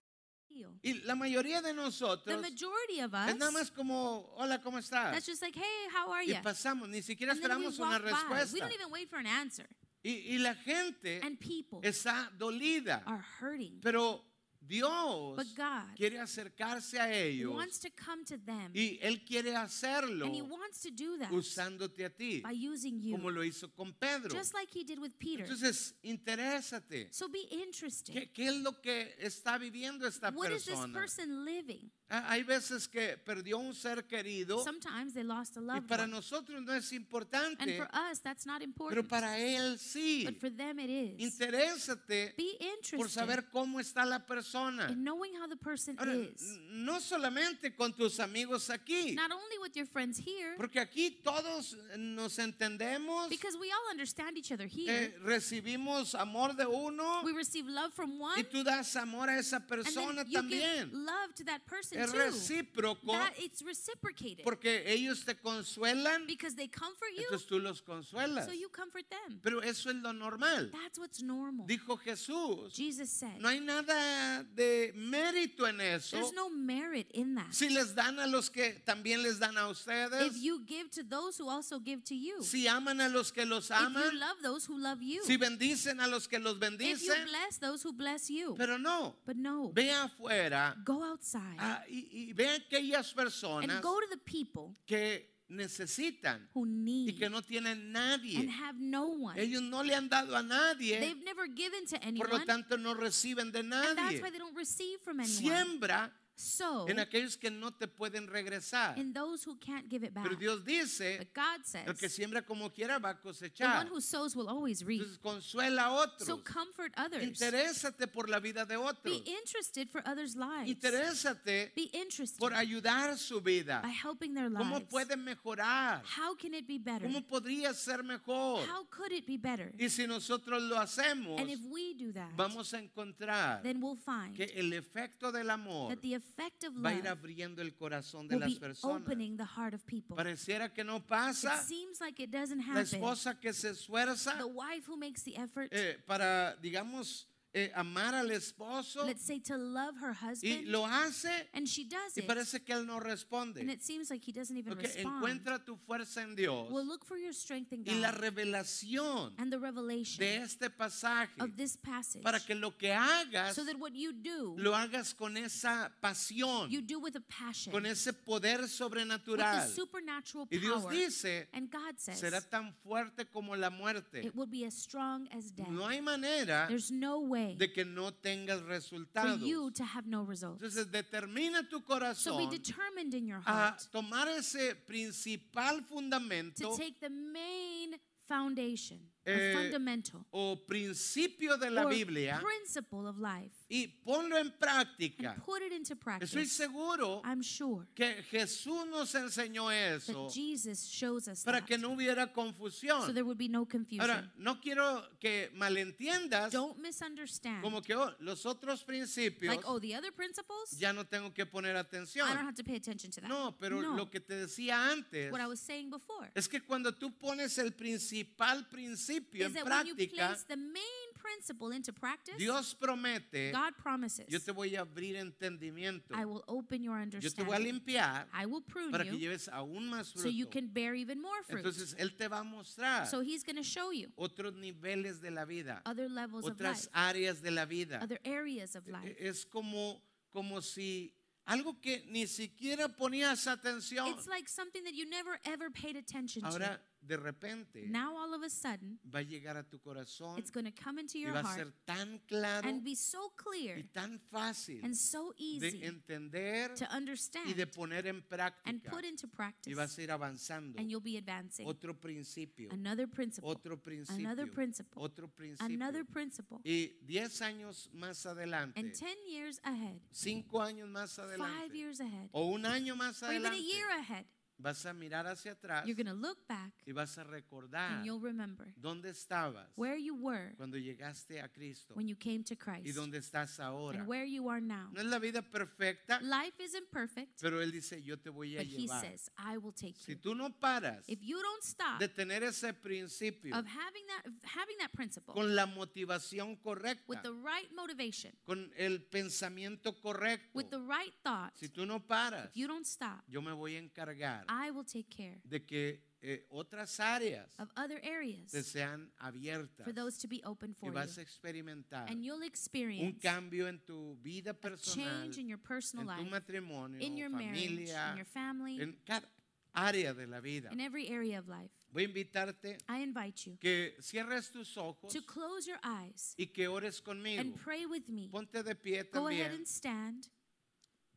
Heal. Y la mayoría de The nosotros majority of us, es nada más como, hola, ¿cómo estás? that's just like, hey, how are Y you? pasamos, ni siquiera And then we esperamos una walk by. We respuesta. Eh, don't even wait for an answer. Y, y la gente And people está dolida. are hurting. Pero Dios But God quiere acercarse a ellos wants to come to them, y Él quiere hacerlo and He wants to do that usándote a ti, by using como you, lo hizo con Pedro. just like He did with Peter. Entonces, interésate. So be interested. ¿Qué, qué es lo que está viviendo esta What is this persona? person living? Ah, Hay veces que perdió un ser querido Sometimes they lost a y loved para one. nosotros no es And importante, for us, that's not important. pero para Él sí. But for them, it is. Interésate Be por interested saber cómo está la persona. in knowing how the person Ahora, mm, is. no solamente con tus amigos aquí, Not only with your friends here, porque aquí todos nos entendemos, because we all understand each other here. eh, recibimos amor de uno We receive love from y one, tú das amor a esa and then persona you give también. love to that person Es too. recíproco That it's reciprocated porque ellos te consuelan, because they comfort you, entonces tú los consuelas. so you comfort them. Pero eso es lo normal. That's what's normal. Dijo Jesús, Jesus said, no hay nada de mérito en eso. "There's no merit in that. Si les dan a los que también les dan a ustedes, If you give to those who also give to you, if si aman a los que los you aman, love those who love you, si bendicen a los que los if you bendicen, bless those who bless you." pero no, But no, ve afuera go outside ah, y, y ve a aquellas and personas go to the people que necesitan who y need que no tienen and nadie. have no one. Ellos no le han dado a nadie, They've never given to por lo anyone, and tanto no reciben de that's nadie. why they don't receive from anyone. Siembra So, en aquellos que no te pueden regresar. in those who can't give it back, Pero Dios dice, but God el que says, siembra como quiera va a the one cosechar. who sows will always reap. Entonces consuela a otros. So comfort others. Interésate por la vida de otros. Be interested for others' lives. Interésate Be interested por ayudar su vida. by helping their lives. ¿Cómo puede mejorar? How can it be better? ¿Cómo podría ser mejor? How could it be better? Y si nosotros lo hacemos, And if we do that, vamos a encontrar then we'll find que el efecto del amor that the effect of va a ir love abriendo el corazón de will las be personas. opening the heart of people. Pareciera que no It pasa. seems like it doesn't La happen. esposa que se esfuerza The wife who makes the effort, eh, para, digamos, eh, amar al esposo let's say to love her y husband, lo hace and she does y it, parece que él no and responde. it seems like he doesn't even Ok, respond. encuentra tu fuerza en Dios Well, look for your strength in y la God revelación and the de revelation este pasaje of this passage para que lo que hagas so that what you do, lo hagas con esa pasión, you do with a passion, con with ese poder the sobrenatural. supernatural Y Dios power. dice, And God says será tan fuerte como la muerte. it will be as strong as death. No hay manera There's no way de que no tengas for resultados. you to have no results. Entonces determina tu So be corazón determined in your a heart tomar ese principal to fundamento take the main foundation, Eh, or fundamental, o principio de la or Biblia principle of life, y ponlo en and práctica. put it into Estoy practice. seguro I'm sure que Jesús nos enseñó eso that Jesus shows us para that, que no hubiera so confusión. there would be no confusion. Ahora, no quiero que malentiendas Don't misunderstand. como que oh, los otros principios Like, oh, the other principles, ya no tengo que poner I don't atención. have to pay attention to that. No, pero No. lo que te decía antes what I was saying before es que cuando tú pones el principal principio is en that when you práctica, place the main principle into practice, Dios promete, God promises, yo te voy a abrir entendimiento. I will open your Yo te voy a understanding. limpiar I will prune para que you lleves aún más so you fruto. can bear even more fruit. Entonces Él te va a mostrar so he's going to show you otros niveles de la vida, other levels of life, otras áreas de la vida. other areas of life. E- Es como, como si algo que ni siquiera ponías atención. It's like something that you never ever paid attention Ahora de repente to. Now all of a sudden, va a llegar a tu corazón it's going to come into y your va a heart ser tan claro and be so y clear tan fácil and so de easy entender to y de understand poner en and práctica put into y practice, vas a ir avanzando. and you'll be advancing. Otro principio, Another principle. otro principio, Another principle. otro principio. Another principle. Y 10 años más adelante, And 10 years ahead, 5 años más five adelante, years ahead, o un año más or even a adelante, year ahead, vas a mirar hacia atrás you're going to look back y vas a recordar and you'll remember dónde estabas where you were cuando llegaste a Cristo when you came to y Christ dónde estás ahora. and where you are now. No es la vida perfecta, Life isn't perfect, pero Él dice, yo te voy a but He llevar. says, I will take Si you. tú no paras If you don't stop de of tener ese principio having that, of having that principle con la motivación with correcta, the right motivation, con el pensamiento correcto, with the right thought, si tú no paras, if you don't stop, yo me voy a encargar I will take care de que eh, otras áreas of other te areas sean abiertas for those to be open for y you. vas a experimentar And you'll un experience cambio en tu vida a personal, change in your personal en tu life, matrimonio, in your marriage, familia, in your family, en cada área de la vida. in every area of life. Voy a invitarte I invite you que cierres tus ojos to close your eyes y que ores conmigo. and pray with me. Ponte de pie Go ahead también. and stand.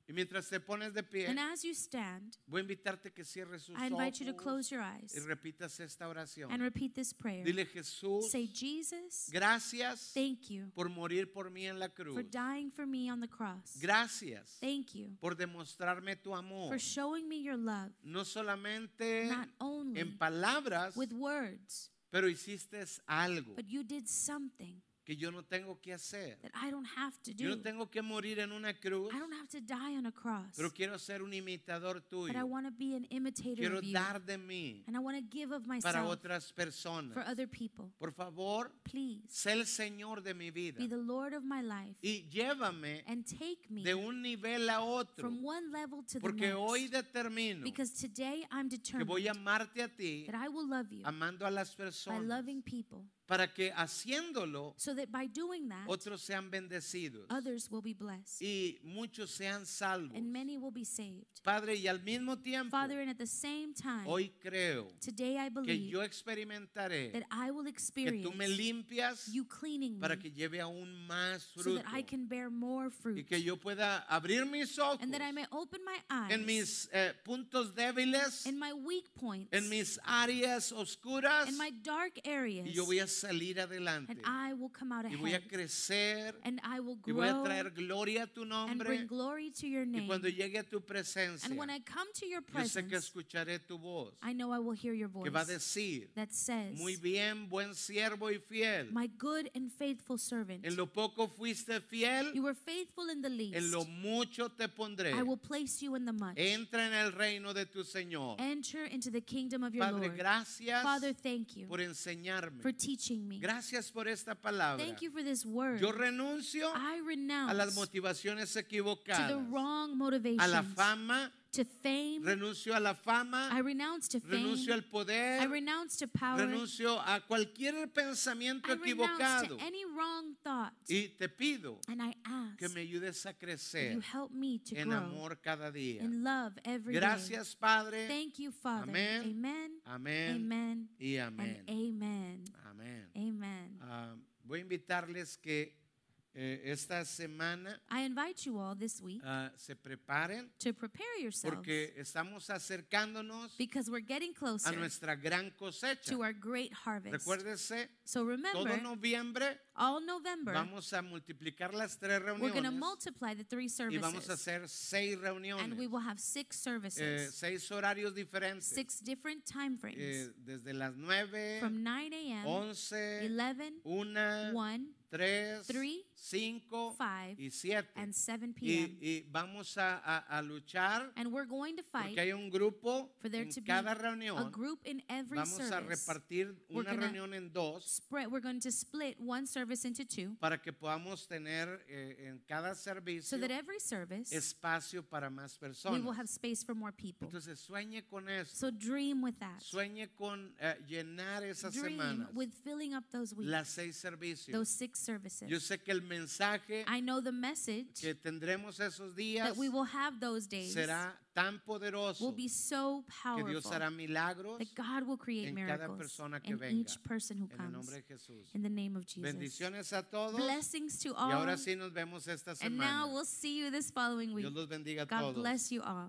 Y mientras te pones de pie, And as you stand, voy a invitarte que cierres tus I invite you to ojos close your y eyes repitas esta oración. and repeat this prayer. Dile Jesús, Say, Jesus, gracias thank you por morir por mí en la cruz. for dying for me on the cross. Gracias Thank you por demostrarme tu amor. for showing me your love, No solamente not only en palabras, with words, pero hiciste algo but you did something que yo no tengo que hacer. that I don't have to Yo do. no tengo que morir en una cruz, I don't have to die on a cross, pero quiero ser un imitador but I tuyo. want to be an imitator Quiero of you, dar de mí and I want to give of para myself otras for personas. other people. Por favor, Please sé el Señor de mi vida be the Lord of my life y llévame and take me de un nivel a otro, from one level to the porque hoy next. determino Because today I'm que voy a determined amarte a ti, that I will love you amando a las by personas, loving people, para que haciéndolo so that by doing that, otros sean bendecidos others will be blessed y muchos sean salvos. and many will be saved. Padre, y al mismo tiempo, Father, and at the same time, hoy creo today I que believe yo experimentaré that I will que tú me experience limpias you cleaning para me que lleve aún más so fruto that I can bear more y fruit que yo pueda abrir mis ojos and that I may open my en eyes mis eh, puntos débiles, in my weak points, en mis áreas oscuras in my dark areas, y yo voy a salir adelante and I will come out y voy a ahead crecer and I will y voy a grow traer gloria a tu and bring nombre glory to your y name. cuando llegue a tu presencia And when I come to your yo sé que presence, escucharé tu voz I know I will hear your voice que va a decir that says, muy bien buen siervo y fiel My good and faithful servant, en lo poco fuiste fiel you were faithful in the en least. lo mucho te pondré I will place you in the much. entra en el reino de tu Señor Enter into the kingdom of your Padre Lord. gracias Father, thank you por enseñarme for teaching me. gracias por esta palabra Thank you for this word. yo renuncio I a las renounce to motivaciones equivocadas the wrong a la motivations, fama to fame. renuncio a la fama I renounce to fame. renuncio al I poder renounce to power. renuncio a cualquier pensamiento I renounce equivocado to any wrong thought. y te pido And I que ask me ayudes a that you crecer help me to en grow amor cada día. in love every day. Gracias, Padre. Thank you, Father. Amén. Amen. Amén Amen. y And amén. amen. Amén. Amen. Ah, voy a invitarles que eh, esta semana I invite you all this week ah, se preparen to prepare yourselves porque estamos acercándonos because we're getting a closer nuestra gran cosecha. to our great harvest. Recuérdese, So todo remember, noviembre all November, vamos a multiplicar las tres we're going to reuniones multiply the three y vamos a services. hacer seis And we reuniones, will have six eh, services, seis horarios diferentes, six different time frames eh, desde las nueve, from 9 a.m., once, 11, una, 1, tres, three, 5 5 y 7. and 7 Y, p.m. y vamos a, a- a luchar and we're going to fight porque hay un grupo for there en to be cada a reunión. group in every Vamos a service. repartir We're una gonna reunión en dos Spread, we're going to split one service into two para que podamos tener eh, en cada so servicio that every service espacio para más we will have personas. space for more people. Entonces sueñe con eso. So dream with that. Sueñe con eh, llenar esas Dream semanas. with filling up those Las weeks, seis those servicios. six Yo services. sé que el mensaje I know the message que tendremos esos días that we will have those days será tan will poderoso be so que Dios powerful hará milagros that God will create en cada miracles persona que in venga. each person who en el comes. nombre de Jesús. In the name of Jesus. Bendiciones a todos. Blessings to Y all. ahora sí nos vemos esta And now semana. we'll see you this following week. Dios los bendiga a God todos. bless you all.